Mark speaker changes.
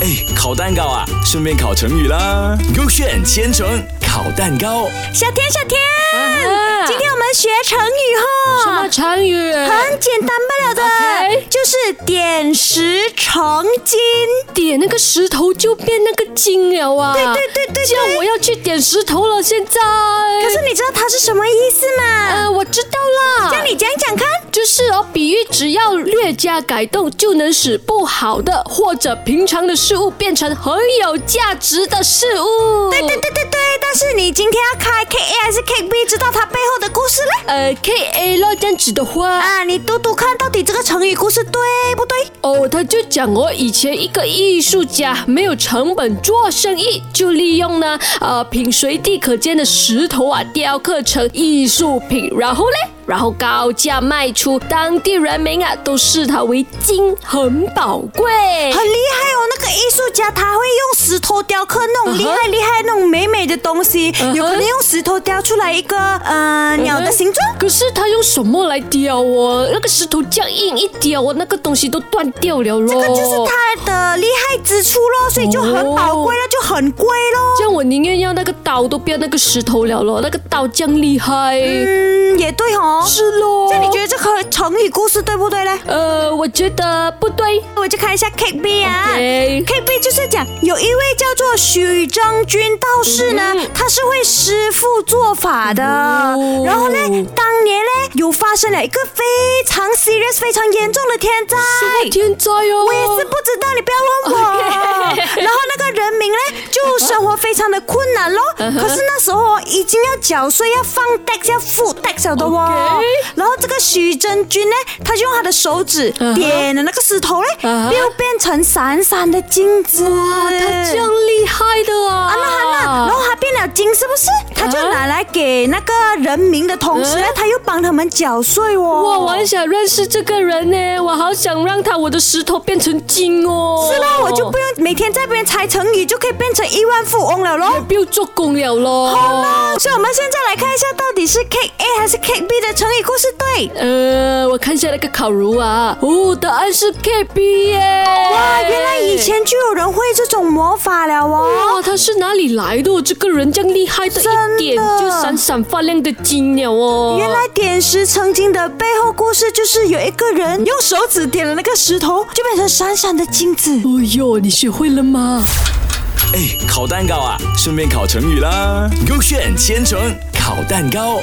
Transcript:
Speaker 1: 哎，烤蛋糕啊，顺便烤成语啦。勾选千层烤蛋糕，
Speaker 2: 小天，小天，
Speaker 3: 啊
Speaker 2: 今天我们学成语
Speaker 3: 什
Speaker 2: 哈
Speaker 3: 么，成语？
Speaker 2: 很简单罢了的
Speaker 3: OK
Speaker 2: 就是点石成金。
Speaker 3: 点那个石头就变那个金了啊！对
Speaker 2: 对对对对
Speaker 3: 这样我要去点石头了，现在。
Speaker 2: 可是你知道它是什么意思吗？
Speaker 3: 呃，我知道啦。
Speaker 2: 那你讲讲看。
Speaker 3: 就是哦，比喻只要略加改动，就能使不好的或者平常的事物变成很有价值的事物。
Speaker 2: 对对对对对，但是你今天要开 K A 还是 K B，知道它背后的故事嘞？
Speaker 3: 呃，K A 咯，这样子的话，
Speaker 2: 啊，你读读看到底这个成语故事对不对？
Speaker 3: 哦，他就讲哦，以前一个艺术家没有成本做生意，就利用呢，呃，凭随地可见的石头啊，雕刻成艺术品，然后嘞，然后高价卖出，当地人民啊都视它为金，很宝贵。
Speaker 2: 很厉害哦，那个艺术家他会用石头雕刻那种厉害厉害那种美美的东西
Speaker 3: 嗯哼
Speaker 2: 有可能用石头雕出来一个呃鸟的形状。
Speaker 3: 可是他用什么来雕哦？那个石头这样硬一雕哦，那个东西都断掉了咯。
Speaker 2: 这个就是它的厉害之处
Speaker 3: 哦
Speaker 2: 咯，所以就很宝贵了，就很贵咯。
Speaker 3: 这样我宁愿要那个刀，都不要那个石头了咯。那个刀这样厉害，
Speaker 2: 嗯，也对哦。
Speaker 3: 是咯。
Speaker 2: 那你觉得这个成语故事对不对嘞？
Speaker 3: 呃，我觉得不对。
Speaker 2: 我就看一下 K B 啊
Speaker 3: OK
Speaker 2: ，K B 就是讲有一位叫做许章君道士呢，他是会师傅做法的。
Speaker 3: 嗯哦
Speaker 2: 然后呢，当年呢有发生了一个非常 serious、非常严重的天灾。
Speaker 3: 什么天灾哦？
Speaker 2: 我也是不知道，你不要问我。然后那个人民呢，就生活非常的困难咯。
Speaker 3: 嗯
Speaker 2: 可是那时候哦已经要缴税、要放 tax、要付 tax 了的哦
Speaker 3: OK。
Speaker 2: 然后这个徐真君呢，他就用他的手指
Speaker 3: 嗯哼
Speaker 2: 点了那个石头嘞，
Speaker 3: 嗯哼
Speaker 2: 又变成闪闪的金子。哇
Speaker 3: 他这样厉害的啊！
Speaker 2: 啊那啊那，然后他变了金，是不是？他就
Speaker 3: 嗯
Speaker 2: 拿来给那个人民的同时呢
Speaker 3: 嗯，
Speaker 2: 他又帮他们缴税哦。
Speaker 3: 哇，我很想认识这个人呢，我好想让他我的石头变成金哦。
Speaker 2: 是啦，我就不用每天在边猜成语，就可以变成亿万富翁了咯。哦
Speaker 3: 不用做工了咯。
Speaker 2: 所以我们现在来看一下，到底是 K A 还是 K B 的成语故事对。
Speaker 3: 呃，我看一下那个烤炉啊，哦，答案是 K B 耶！
Speaker 2: 哇，
Speaker 3: 哇
Speaker 2: 原来以前就有人会这种魔法了哦。
Speaker 3: 哇，他是哪里来的哦？这个人这样厉害的一
Speaker 2: 真
Speaker 3: 点
Speaker 2: 的
Speaker 3: 就闪闪发亮的金鸟哦！
Speaker 2: 原来点石成金的背后故事就是有一个人用手指点了那个石头，就变成闪闪的金子。
Speaker 3: 哦哟，你学会了吗？
Speaker 1: 哎，烤蛋糕啊，顺便烤成语啦。勾选千层烤蛋糕。